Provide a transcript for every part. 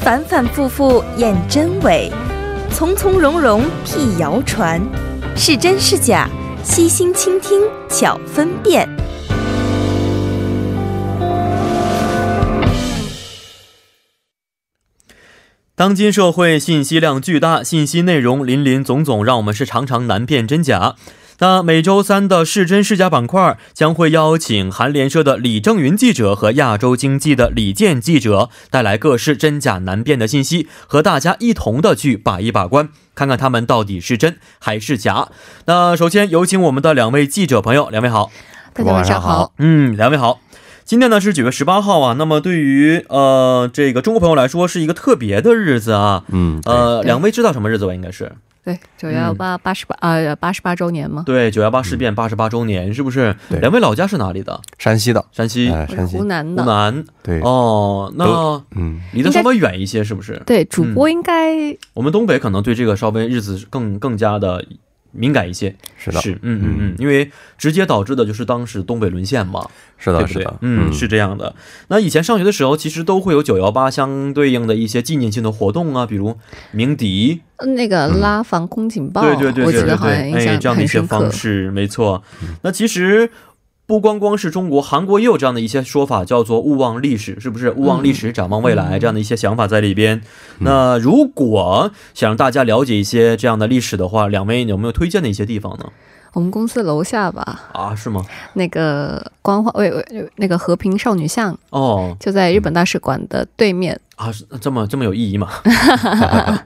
反反复复验真伪，从从容容辟谣传，是真是假，悉心倾听巧分辨。当今社会信息量巨大，信息内容林林总总，让我们是常常难辨真假。那每周三的是真是假板块将会邀请韩联社的李正云记者和亚洲经济的李健记者，带来各式真假难辨的信息，和大家一同的去把一把关，看看他们到底是真还是假。那首先有请我们的两位记者朋友，两位好，大家晚上好。嗯，两位好。今天呢是九月十八号啊，那么对于呃这个中国朋友来说是一个特别的日子啊，嗯，呃，对两位知道什么日子吧？应该是对，九幺八八十八呃八十八周年嘛，对九幺八事变八十八周年，是不是？对两位老家是哪里的？山西的，山西、哎，我山是西湖，南嗯湖的。南。对，哦，那都嗯，离得稍微远一些，是不是？对，主播应该我们东北可能对这个稍微日子更更加的敏感一些。是的，是，嗯嗯嗯，因为直接导致的就是当时东北沦陷嘛，是对的，不是对的？，嗯，是这样的。那以前上学的时候，其实都会有九幺八相对应的一些纪念性的活动啊，比如鸣笛，呃那个拉防空警报，嗯对对对我记对对得好像对，印哎，这象样的一些很深刻方。式，没错。那其实。不光光是中国，韩国也有这样的一些说法，叫做“勿忘历史”，是不是？勿忘历嗯史，展望未来，这样的一些想法在里边。那如果想让大家了解一些这样的历史的话，两位有没有推荐的一些地方呢？我们公司楼下吧，啊，是吗？那个光华喂喂，那个和平少女像哦，就在日本大使馆的对面。啊，是这么这么有意义吗？呃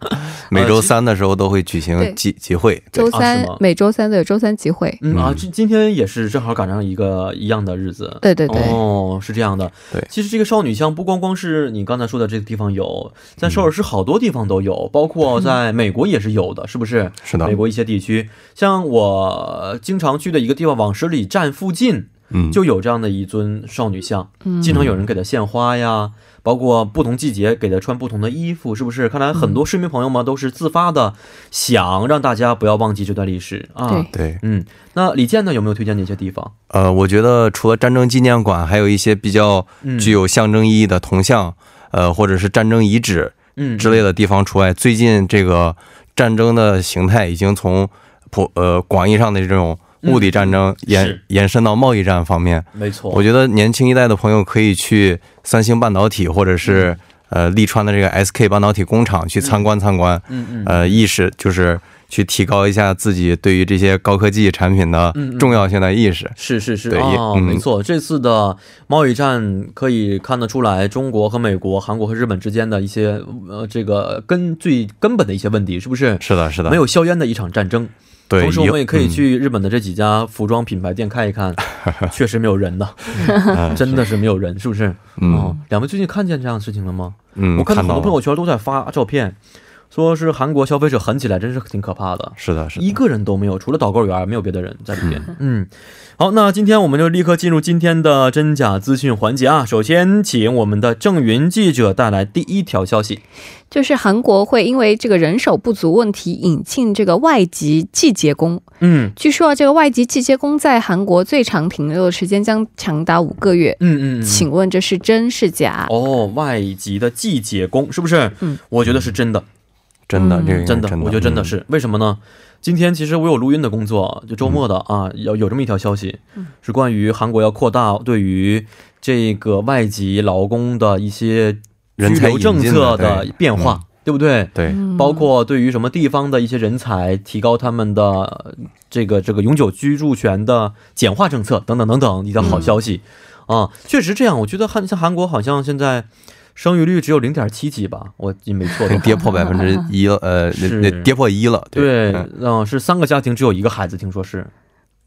每周三的时候都会举对行集集会，周啊三是吗每周三都有周三集会。嗯啊，这今天也是正好赶上一个一样的日子。对对对，哦，是这样的。对其实这个少女像不光光是你刚才说的这个地方有，在嗯首尔市好多地方都有，包括在美国也是有的，是不是？是的美，国一些地区，像我经常去的一个地方，往十里站附近嗯，就有这样的一尊少女像，嗯经常有人给她献花呀，包括不同季节给她穿不同的衣服，是不是？看来很嗯多市民朋友们都是自发的，想让大家不要忘记这段历史啊。对对，嗯，那李健呢有没有推荐的一些地方？呃，我觉得除了战争纪念馆，还有一些比较嗯具有象征意义的铜像，呃，或者是战争遗址嗯之类的地方除外。最近这个战争的形态已经从普呃广义上的这种物理战争延、嗯是延伸到贸易战方面。没错，我觉得年轻一代的朋友可以去三星半导体或者嗯是呃利川的这个 SK 半导体工厂去参观参观，嗯嗯呃，意识就是去提高一下自己对于这些高科技产品的嗯重要性的意识。是是是对也哦，嗯没错，这次的贸易战可以看得出来，中国和美国、韩国和日本之间的一些呃这个根最根本的一些问题，是不是？是的，是的，没有硝烟的一场战争。对，同时我有们也可以嗯去日本的这几家服装品牌店看一 看，确实没有人的， 真的是没有人，是不是？嗯哦，两位最近看见这样的事情了吗？嗯，我看到很到多朋了友圈都在发照片，说是韩国消费者狠起来，真是挺可怕的。是的，是的一个人都没有，除了导购员，没有别的人在里边。嗯，好，那今天我们就立刻进入今天的真假资讯环节啊。首先，请我们的郑云记者带来第一条消息。就是韩国会因为这个人手不足问题引进这个外籍季节工。嗯据说啊，这个外籍季节工在韩国最长停留的时间将长达五个月。嗯嗯，嗯请问这是真是假？哦，外籍的季节工是不是？嗯，我觉得是真的，真的，嗯这个应该真的的，，我觉得真的是。为什么呢？今天其实我有录音的工作，就周末的啊，有有这么一条消息，是关于韩国要扩大对于这个外籍劳工的一些人拘才留引政进策的的变化，对不对？对嗯包括对于什么地方的一些人才，提高他们的呃这个这个永久居住权的简化政策等等等等，一条好消息、啊，确实这样。我觉得韩像韩国好像现在生育率只有零点七几吧，我记没错的对，话。跌破百分之一了，呃， 是那那跌破一了，对，嗯嗯、是三个家庭只有一个孩子，听说是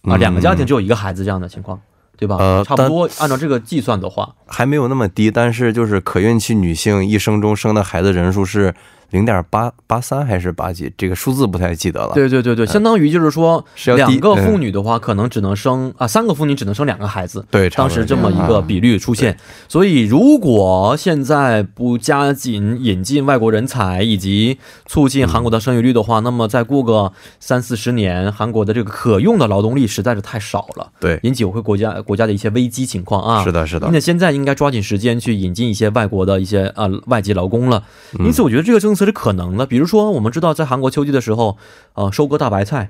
啊，嗯两个家庭只有一个孩子这样的情况，对吧？呃差不多按照这个计算的话，还没有那么低，但是就是可孕期女性一生中生的孩子人数是零点八八三还是八几，这个数字不太记得了。对对对对，相当于嗯就是嗯说，是要低两个妇女的话，可能只能生啊，三个妇女只能生两个孩子。对差当不多时这么一个比率出现，所以如果现在不加紧引进外国人才以及促进韩国的生育率的话，那么再过个三四十年，韩国的这个可用的劳动力实在是太少了，对，引起我会国家国家的一些危机情况啊。是的，是的那，现在应该抓紧时间去引进一些外国的一些呃外籍劳工了。嗯因此，我觉得这个政策是可能的。比如说，我们知道在韩国秋季的时候，呃，收割大白 菜，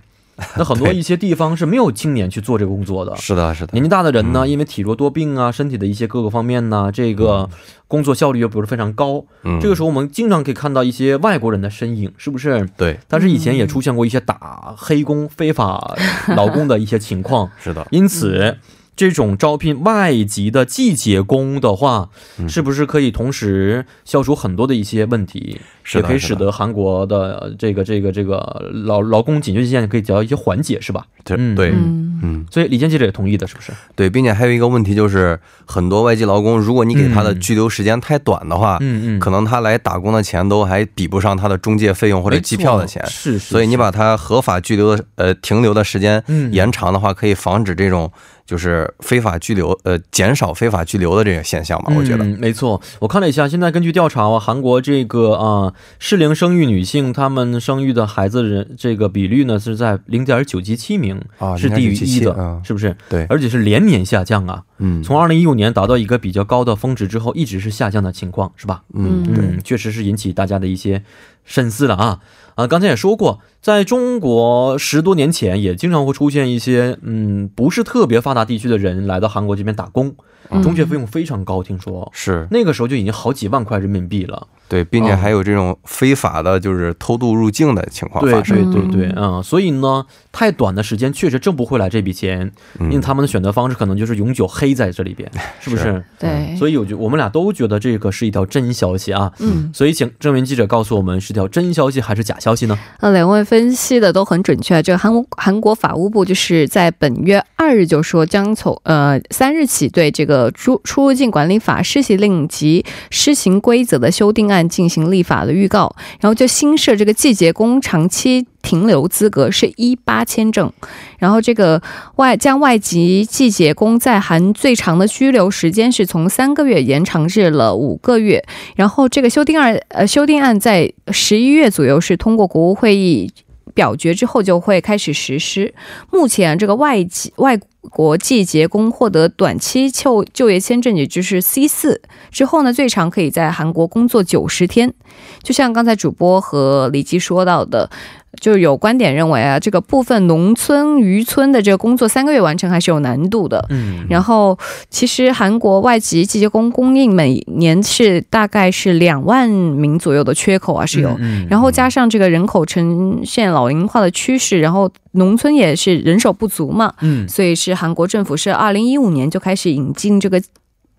那很多对一些地方是没有青年去做这个工作的。是的，是嗯的年，纪大的人呢，因为体弱多病啊，身体的一些各个方面呢，这个工作效率又不是非常高。嗯，这个时候，我们经常可以看到一些外国人的身影，是不是？对，但是以前也嗯出现过一些打黑工、非法劳工的一些情况。是的，因此，这种招聘外籍的季节工的话，嗯是不是可以同时消除很多的一些问题，是也的可以是使的得韩国的呃这个这个这个劳劳工紧缺现可以得到一些缓解，是吧？对嗯对，嗯，嗯，所以李健记者也同意的，是不是？对，并且还有一个问题就是，很多外籍劳工，如果你给他的嗯拘留时间太短的话，嗯嗯，可能他来打工的钱都还比不上他的中介费用或或者机票的钱。是是所以你是把他合法拘留的呃停留的时间嗯延长的话，可以防止这种就是非法拘留呃减少非法拘留的这个现象吧？我觉得，嗯、没错。我看了一下，现在根据调查啊，韩国这个啊适龄生育女性，她们生育的孩子人这个比率呢是在零点九七七名，啊是低于一的、 0.977嗯是不是？对而且是连年下降啊，嗯从二零一五年达到一个比较高的峰值之后，一直是下降的情况，是吧？嗯，对嗯，确实是引起大家的一些深思了啊。啊，刚才也说过，在中国十多年前也经常会出现一些嗯不是特别发达地区的人来到韩国这边打工，嗯中介费用非常高，听说是那个时候就已经好几万块人民币了。对，并且哦还有这种非法的，就是偷渡入境的情况发生。对嗯对对，嗯，所以呢，太短的时间确实挣不回来这笔钱，嗯因为他们的选择方式可能就是永久黑在这里边，是不是？对，所以我觉我们俩都觉得这个是一条真消息啊。嗯，所以，请郑源记者告诉我们，是条真消息还是假消息呢？那呃两位分析的都很准确。啊这个韩国韩国法务部就是在本月二日就说，将从呃三日起对这个出出入境管理法施行令及施行规则的修订案进行立法的预告，然后就新设这个季节工长期。停留资格是一八签证，然后这个外将外籍季节工在韩最长的居留时间是从三个月延长至了五个月，然后这个修订案呃修订案在十一月左右是通过国务会议。表决之后就会开始实施。目前，这个外籍外国季节工获得短期就就业签证，也就是 C 四之后呢，最长可以在韩国工作九十天。就像刚才主播和李琦说到的，就是有观点认为啊，这个部分农村渔村的这个工作三个月完成还是有难度的。嗯，然后，其实韩国外籍季节工供应每年是大概是两万名左右的缺口啊，是有。嗯然后加上这个人口呈现老龄化的趋势，然后农村也是人手不足嘛，嗯所以是韩国政府是二零一五年就开始引进这个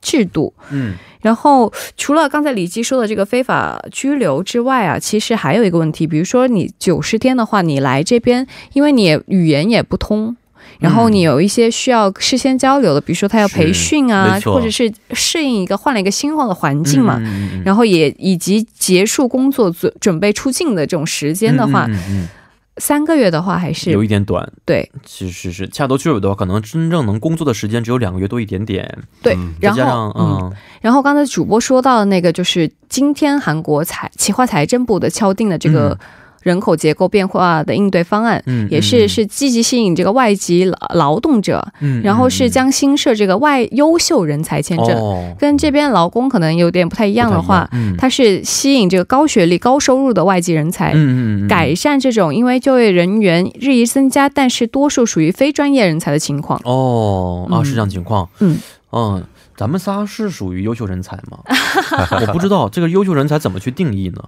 制度。嗯然后除了刚才李基说的这个非法拘留之外啊，其实还有一个问题，比如说你九十天的话，你来这边，因为你也语言也不通。嗯然后你有一些需要事先交流的，比如说他要培训是啊没，错或者是适应一个换了一个新的环境嘛，嗯然后也以及结束工作准准备出境的这种时间的话，嗯嗯嗯嗯三个月的话还有是一点短，对是是是，恰到去尾的话，可能真正能工作的时间只有两个月多一点点，对嗯，再然加上后嗯，然后刚才主播说到的那个，就是今天韩国财企划财政部的敲定的这个人口结构变化的应对方案，嗯，也嗯是是积极吸引这个外籍劳劳动者，嗯，嗯然后是将新设这个外优秀人才签证，哦跟这边劳工可能有点不太一样的话不，太一样嗯它是吸引这个高学历、高收入的外籍人才。嗯嗯嗯改善这种因为就业人员日益增加，但是多数属于非专业人才的情况。哦啊，嗯是这样情况。嗯嗯，咱们仨是属于优秀人才吗？ 我不知道这个优秀人才怎么去定义呢？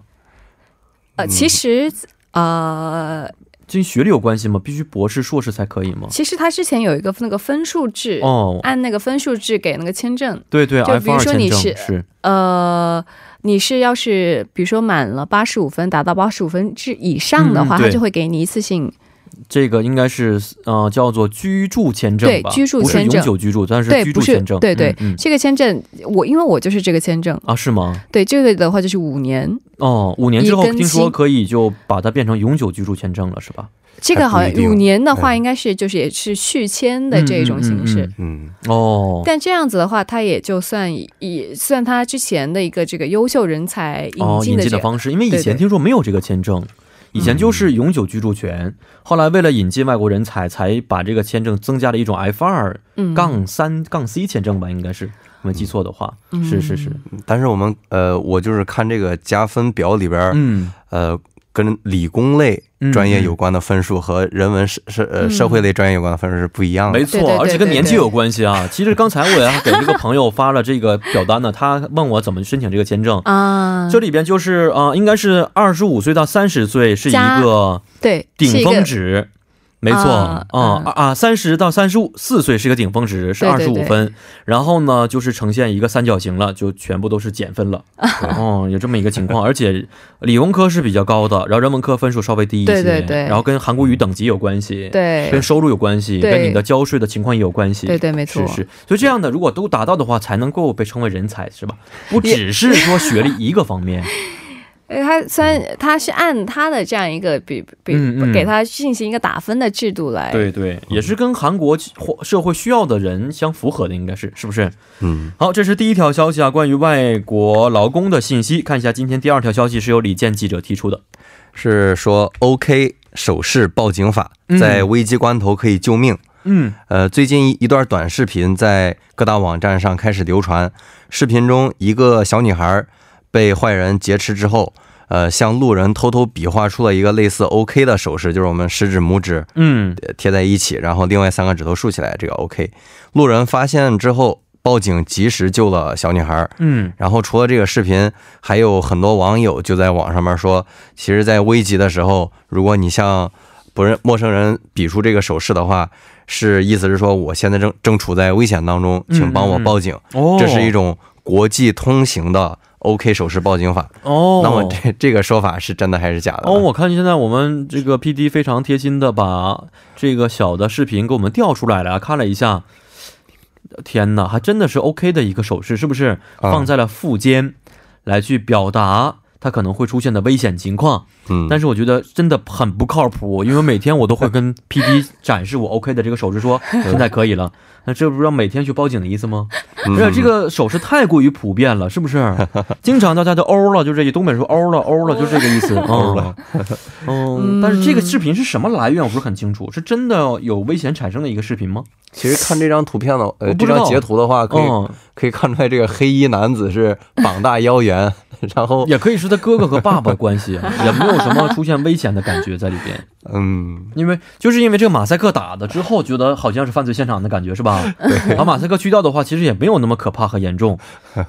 呃，其嗯实呃，这跟学历有关系吗？必须博士、硕士才可以吗？其实他之前有一个那个分数制，哦，按那个分数制给那个签证。对对就比，F 如二说签你证是是呃，你是要是比如说满了八十五分，达到八十五分之以上的话，嗯嗯他对就会给你一次性这个应该是呃叫做居住签证吧？对居住不是签证永久居住，但是对，居不住是签证。，对对，嗯嗯这个签证我因为我就是这个签证，啊，是吗？对这个的话就是五年，哦，五年一之后根听说筋可以就把它变成永久居住签证了，是吧？这个好还像不一定五年的话嗯应该是就是也是续签的这种形式。哎嗯嗯嗯嗯，嗯哦，但这样子的话，他也就算也算他之前的一个这个优秀人才引哦，进引的进这的个，方式，因为以对嗯前对听说没有这个签证，以前就是永久居住权，后来为了引进外国人才，才把这个签证增加了一种 F 二嗯，杠三杠 C 签证吧，应该是没记错的话，嗯是是是，但是我们呃，我就是看这个加分表里边儿，嗯，呃，跟理工类专业嗯嗯有关的分数和人文社社呃嗯社会类专业有关的分数是不一样的。没错对对，对而且跟对年纪对有关系啊。其实刚才我也给一个朋友发了这个表单呢，他问我怎么申请这个签证。啊，这里边就是啊、呃应该是二十五岁到三十岁是一加个对是顶一个峰值，没错啊啊啊啊！三十到三十五四岁是一个顶峰值，是对二对十对五分。然后呢，就是呈现一个三角形了，就全部都是减分 了。哦，有这么一个情况，而且理工科是比较高的，然后人文科分数稍微低一些，对对对然后跟韩国语等级有关系，跟对收入有关系，对跟你的交税的情况也有关系。对对没错是是，所以这样的如果都达到的话，才能够被称为人才，是吧？不只是说学历一个方面，呃，他虽然他是按他的这样一个比比嗯嗯嗯给他进行一个打分的制度哎来，对对，也是跟韩国社会需要的人相符合的，应该是是不是？嗯，好，这是第一条消息啊，关于外国劳工的信息。看一下今天第二条消息是由李健记者提出的。是说 OK 手势报警法嗯在危机关头可以救命。嗯，呃，最近一一段短视频在各大网站上开始流传。视频中，一个小女孩被坏人劫持之后，呃，向路人偷偷比划出了一个类似 OK 的手势，就是我们食指、拇指嗯，呃贴在一起，然后另外三个指头竖起来，这个 OK。路人发现之后报警，及时救了小女孩。嗯，然后除了这个视频，还有很多网友就在网上面说，其实，在危急的时候，如果你向不认陌生人比出这个手势的话，是意思是说我现在正正处在危险当中，嗯请帮我报警。哦，这是一种国际通行的 OK 手势报警法。哦，那么这这个说法是真的还是假的呢？哦，我看现在我们这个 P D 非常贴心的把这个小的视频给我们调出来了，啊看了一下，天哪，还真的是 O、k 的一个手势，是不是？啊放在了腹间，来去表达它可能会出现的危险情况。嗯，但是我觉得真的很不靠谱，因为每天我都会跟 P D 展示我 O、k 的这个手势，说现在可以了。那这不是要每天去报警的意思吗？嗯而且这个手势太过于普遍了，是不是？经常大家都欧了，就这东北说欧了，欧了，就这个意思。欧了，嗯。但是这个视频是什么来源，我不是很清楚，是真的有危险产生的一个视频吗？其实看这张图片的，我呃，不这知道张截图的话，可以、嗯，可以看出来，这个黑衣男子是膀大腰圆， 然后也可以是他哥哥和爸爸的关系啊，也没有什么出现危险的感觉在里边。嗯，因为就是因为这个马赛克打的之后，觉得好像是犯罪现场的感觉是 吧？把马赛克去掉的话，其实也没有那么可怕和严重。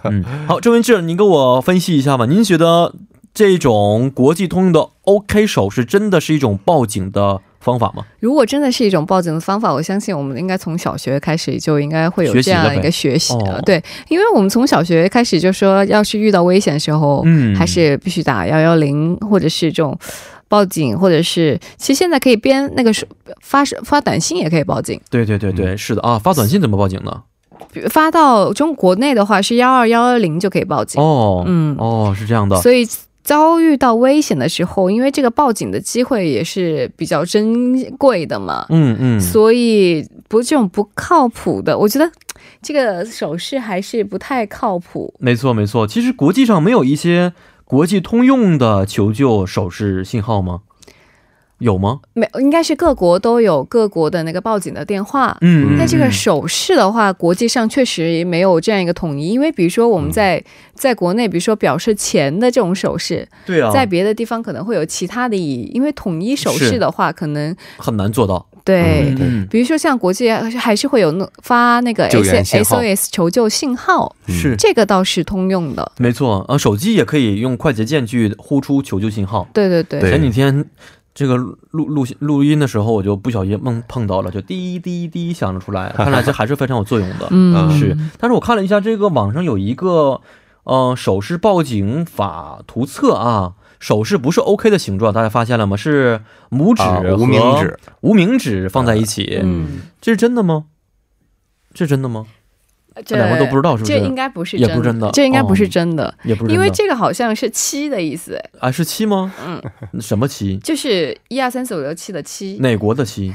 嗯，好，郑文志，您给我分析一下吧。您觉得这种国际通用的 OK 手势真的是一种报警的方法吗？如果真的是一种报警的方法，我相信我们应该从小学开始就应该会有学习这样了呗一个学习。哦对，因为我们从小学开始就说，要是遇到危险的时候，嗯哦还是必须打幺幺零，或者是这种报警，或者是其实现在可以编那个手发发短信也可以报警，对对对嗯对，是的啊。发短信怎么报警呢？比发到中国内的话是幺二幺幺零就可以报警。哦，嗯哦，是这样的。所以遭遇到危险的时候，因为这个报警的机会也是比较珍贵的嘛，嗯嗯，所以不这种不靠谱的，我觉得这个手势还是不太靠谱。没错没错。其实国际上没有一些国际通用的求救手势信号吗？有吗？没，应该是各国都有各国的那个报警的电话。嗯，但这个嗯手势的话，国际上确实没有这样一个统一，因为比如说我嗯们在在国内，比如说表示钱的这种手势，对啊，在别的地方可能会有其他的意义，因为统一手势是的话，可能很难做到。对嗯嗯，比如说像国际呃还是会有那发那个救 S 援信 S 号 O S 求救信号，是这个倒是通用的。嗯没错啊，手机也可以用快捷键去呼出求救信号。对对对，对前几天这个录录录音的时候，我就不小心梦碰到了，就滴滴滴响了出来，看来这还是非常有作用的。嗯，是，但是我看了一下这个网上有一个呃手势报警法图册啊，手势不是 OK 的形状，大家发现了吗？是拇指啊和无名指，无名指放在一起，嗯，这是真的吗？这是真的吗？啊这两个都不知道是不是这应该不是也真不是真的这应该不是真的，也不是真的，因为这个好像是七的意思，啊是七吗？嗯，什么七？就是一二三四五六七的七，哪国的七？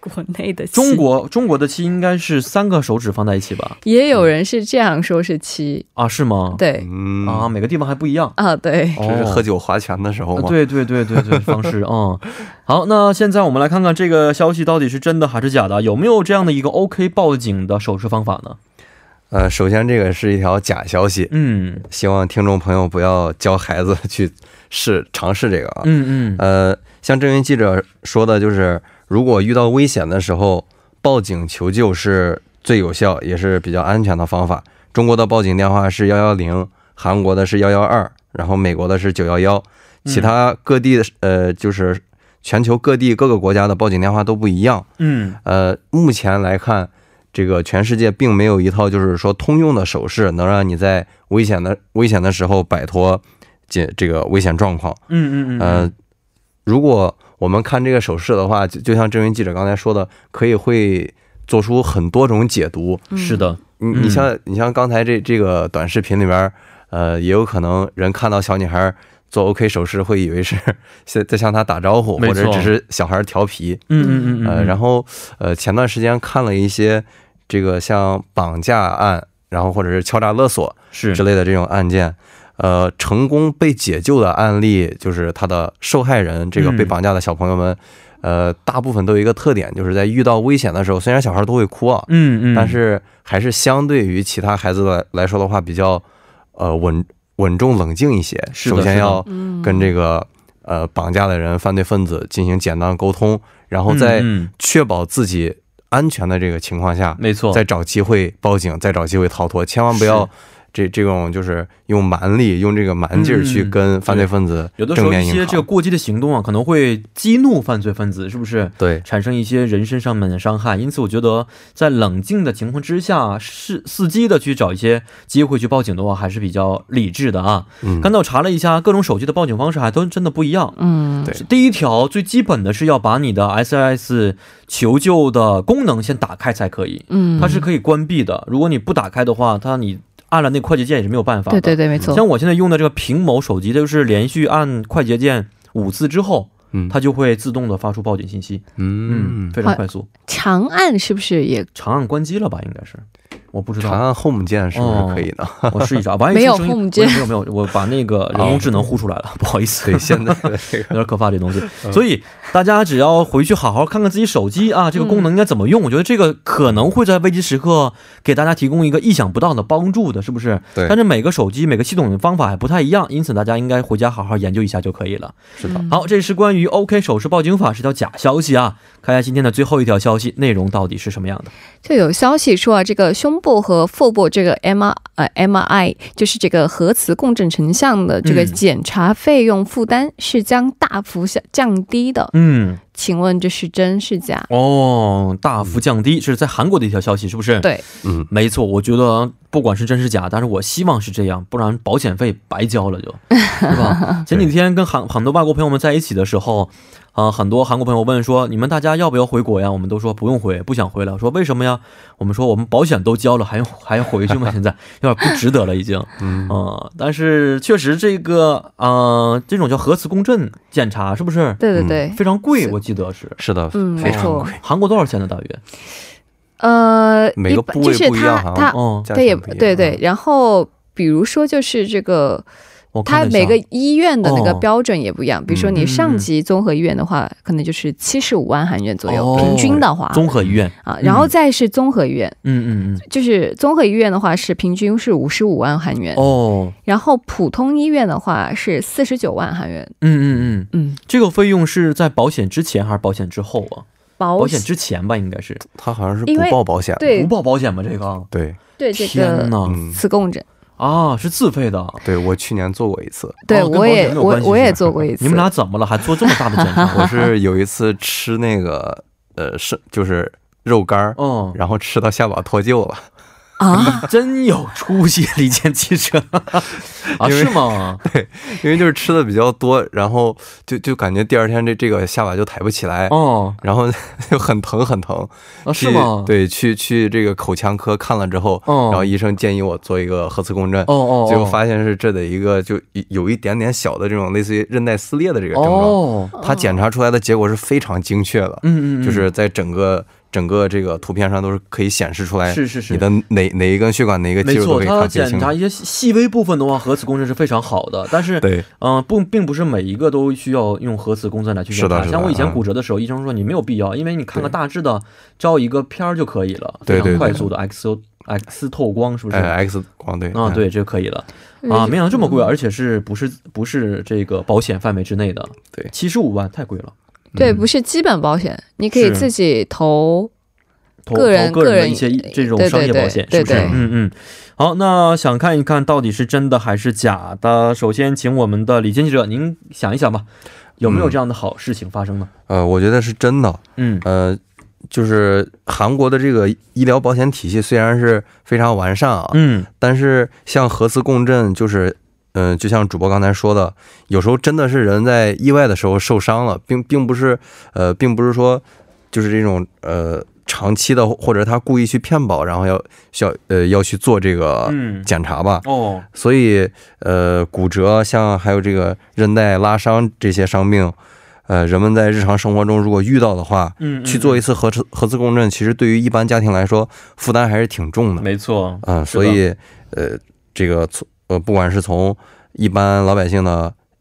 国内的七中国中国的七应该是三个手指放在一起吧？也有人是这样说，是七，啊，是吗？对嗯啊，，每个地方还不一样。啊，对，这是喝酒划拳的时候呃吗？哦对对对对对，方式嗯。好，那现在我们来看看这个消息到底是真的还是假的，有没有这样的一个 OK 报警的手势方法呢？呃，首先这个是一条假消息，嗯希望听众朋友不要教孩子去试尝试这个啊。嗯嗯呃，像这名记者说的，就是如果遇到危险的时候，报警求救是最有效也是比较安全的方法。中国的报警电话是幺幺零，韩国的是幺幺二，然后美国的是九幺幺，嗯其他各地的呃就是全球各地各个国家的报警电话都不一样。嗯呃，目前来看，这个全世界并没有一套就是说通用的手势，能让你在危险的危险的时候摆脱这这个危险状况。嗯嗯嗯，呃，如果我们看这个手势的话，就就像这位记者刚才说的，可以会做出很多种解读。嗯是的，你嗯你像你像刚才这这个短视频里边儿，呃，也有可能人看到小女孩做 OK 手势，会以为是 在在向她打招呼，没或错者只是小孩调皮。嗯嗯嗯嗯，呃，然后后呃，前段时间看了一些这个像绑架案，然后或者是敲诈勒索是之类的这种案件，呃，成功被解救的案例，就是他的受害人这个嗯被绑架的小朋友们，呃，大部分都有一个特点，就是在遇到危险的时候，虽然小孩都会哭啊，嗯嗯，但是还是相对于其他孩子来来说的话，比较呃稳稳重冷静一些。是的首先是的要嗯跟这个呃绑架的人、犯罪分子进行简单沟通，然后在嗯嗯确保自己安全的这个情况下，没错，再找机会报警，再找机会逃脱，千万不要是。这这种就是用蛮力、用这个蛮劲儿去嗯跟犯罪分子有的时正候一面些硬这个抗，过激的行动啊，可能会激怒犯罪分子，是不是？对，产生一些人身上面的伤害，因此我觉得在冷静的情况之下，是伺机的去找一些机会去报警的话，还是比较理智的啊。嗯刚才我查了一下，各种手机的报警方式还都真的不一样。嗯对第一条最基本的是要把你的 SIS 求救的功能先打开才可以，嗯，它是可以关闭的。如果你不打开的话，它你按了那快捷键也是没有办法的。嗯对对对，没错，像我现在用的这个平某手机，它就是连续按快捷键五次之后，嗯它就会自动的发出报警信息。嗯，嗯，非常快速。长按是不是也长按关机了吧？应该是，我不知长道，按 Home 键是不哦是可以的？我试一 下。万一没有出声音 home 键没有没有，我把那个人工智能呼出来了，不好意思。对，嗯现 在的这个 有点可怕这东西，所以大家只要回去好好看看自己手机啊，这个功能应该怎么嗯用，我觉得这个可能会在危机时刻给大家提供一个意想不到的帮助的，是不是？对但是每个手机每个系统的方法还不太一样，因此大家应该回家好好研究一下就可以了。是的，嗯好，这是关于 OK 手势报警法是条假消息啊，看一下今天的最后一条消息内容到底是什么样的。就有消息说啊，这个胸部和腹部这个 M R 呃 M I 就是这个核磁共振成像的这个嗯检查费用负担是将大幅下降低的，嗯，请问这是真是假？哦，大幅降低，这是在韩国的一条消息，是不是？嗯对，嗯，没错，我觉得不管是真是假，但是我希望是这样，不然保险费白交 了就，是吧？前几天跟韩很多外国朋友们在一起的时候，啊、很多韩国朋友问说，你们大家要不要回国呀？我们都说不用回，不想回了。说为什么呀？我们说我们保险都交了，还用还要 回去吗？现在有点不值得了，已经。嗯、但是确实这个，呃，这种叫核磁共振检查是不是对对对，非常贵？我记得是，是的，嗯，非没常错，韩国多少钱呢？大约？呃，每个一般部位就是不一样它好像它哦，价它也钱不一样嗯对对，，然后比如说就是这个。我看它了一下每个医院的那个哦标准也不一样，比如嗯说你上级综合医院的话，可能就是七十五万韩元左右，哦平均的话综合医院，啊，然嗯后再是综合医院，嗯嗯嗯，就是综合医院的话是平均是五十五万韩元，哦，然后普通医院的话是四十九万韩元。嗯嗯嗯，嗯，这个费用是在保险之前还是保险之后啊？保保险之前吧，应该是他好像是因不为报保险的，对不报保险吗？这个，对对这天个哪，嗯，磁共振，啊，是自费的。对我去年做过一次，对哦跟我保险也没有我关系我是也吧做过一次。你们俩怎么了？还做这么大的检查？ 我 是有一次吃那个呃是就是肉干儿，哦，然后吃到下巴脱臼了，啊，真有出息，李健记者啊？因为是吗？因为就是吃的比较多，然后就就感觉第二天这这个下巴就抬不起来，哦，然后 就很疼很疼。啊是去吗？，对，去去这个口腔科看了之后，哦然后医生建议我做一个核磁共振，哦哦，结果发现是这的一个就有有一点点小的这种类似于韧带撕裂的这个症状，哦，他检查出来的结果是非常精确的，嗯嗯，嗯就是在整个。整个这个图片上都是可以显示出来，是是是你的哪哪一根血管哪一个肌没肉都错，可以他看清检清。查一些细微部分的话，核磁共振是非常好的，但是。对，嗯、不，并不是每一个都需要用核磁共振来去检是的查。是的像我以前嗯骨折的时候，医生说你没有必要，因为你看个大致的，照一个片儿就可以了，对非常对快对速的 X X 透光，是不是？哎，X 光对啊，嗯对，这个可以了嗯啊，没想到这么贵，而且是不是不是这个保险范围之内的？对七十五万太贵了，嗯对，不是基本保险，你可以嗯是自己投，投个人投个人的个人一些这种对对商业对保险，对是不是对？嗯嗯。好，那想看一看到底是真的还是假的？首先，请我们的李健记者，您想一想吧，有嗯没有这样的好事情发生呢？呃，我觉得是真的。嗯，呃，就是韩国的这个医疗保险体系虽然是非常完善啊，嗯，但是像核磁共振，就是嗯、呃就像主播刚才说的，有时候真的是人在意外的时候受伤了，并并不是呃，并不是说就是这种呃长期的，或者他故意去骗保，然后要需要呃要去做这个嗯检查吧。哦，所以，呃，骨折像还有这个韧带拉伤这些伤病，呃，人们在日常生活中如果遇到的话，嗯，嗯去做一次核磁核磁共振，其实对于一般家庭来说负担还是挺重的没错，啊、所以呃，这个从呃，不管是从一般老百姓的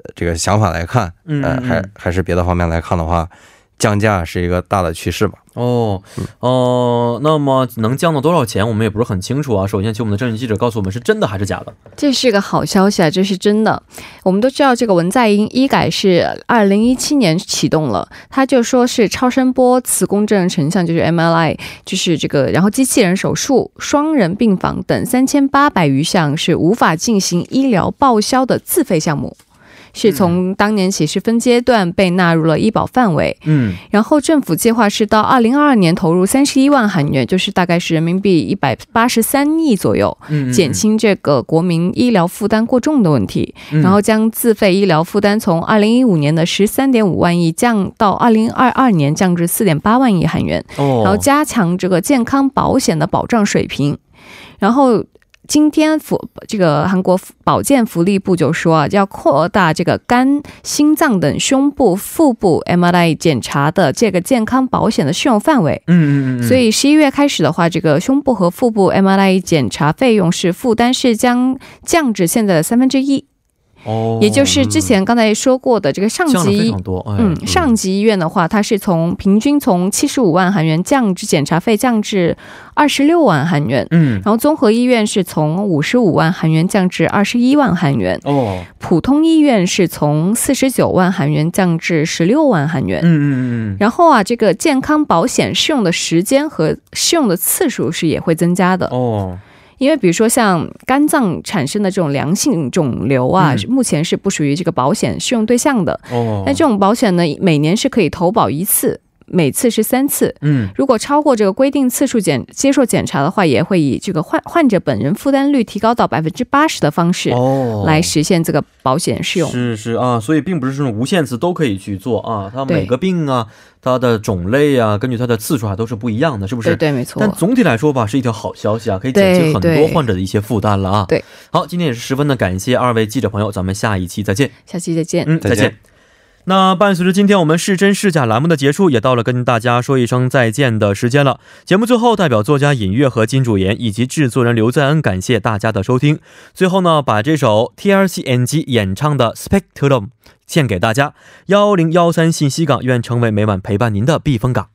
呃这个想法来看，嗯呃，还嗯还是别的方面来看的话，降价是一个大的趋势吧。哦，嗯哦，那么能降到多少钱，我们也不是很清楚啊。首先，请我们的政治记者告诉我们是真的还是假的。这是个好消息啊，这是真的。我们都知道这个文在寅医改是二零一七年启动了，他就说是超声波磁共振成像，就是 MRI，就是这个，然后机器人手术、双人病房等三千八百余项是无法进行医疗报销的自费项目。是从当年起是分阶段被纳入了医保范围，嗯，然后政府计划是到二零二二年投入三十一万韩元，就是大概是人民币一百八十三亿左右，嗯减，轻这个国民医疗负担过重的问题，嗯然后将自费医疗负担从二零一五年的十三点五万亿降到二零二二年降至四点八万亿韩元，哦，然后加强这个健康保险的保障水平，然后。今天福这个韩国保健福利部就说啊，要扩大这个肝、心脏等胸部、腹部 MRI 检查的这个健康保险的适用范围。嗯嗯嗯，所以十一月开始的话，这个胸部和腹部 MRI 检查费用是负担是将降至现在的三分之一，哦，也就是之前刚才说过的这个上降了级非医常多，哎、嗯上级医院的话，它是从平均从七十五万韩元降至检查费降至二十六万韩元，嗯，然后综合医院是从五十五万韩元降至二十一万韩元，哦，普通医院是从四十九万韩元降至十六万韩元。嗯嗯嗯嗯，然后啊，这个健康保险适用的时间和适用的次数是也会增加的，哦，因为比如说像肝脏产生的这种良性肿瘤啊，嗯是目前是不属于这个保险适用对象的。哦，那这种保险呢，每年是可以投保一次，每次是三次。嗯，如果超过这个规定次数检接受检查的话，也会以这个患患者本人负担率提高到百分之八十的方式哦，来实现这个保险适用。是是啊，所以并不是这种无限次都可以去做啊，它每对个病啊，它的种类啊，根据它的次数啊，都是不一样的，是不是？对对，没错但。总体来说吧，是一条好消息啊，可以减轻很对多对患者的一些负担了啊。对，好，今天也是十分的感谢二位记者朋友，咱们下一期再见。下期再见。嗯，再再见见。那伴随着今天我们是真是假栏目的结束，也到了跟大家说一声再见的时间了。节目最后，代表作家尹月和金主妍以及制作人刘在恩，感谢大家的收听。最后呢，把这首 TLCNG 演唱的《Spectrum》献给大家。幺零幺三信息港愿成为每晚陪伴您的避风港。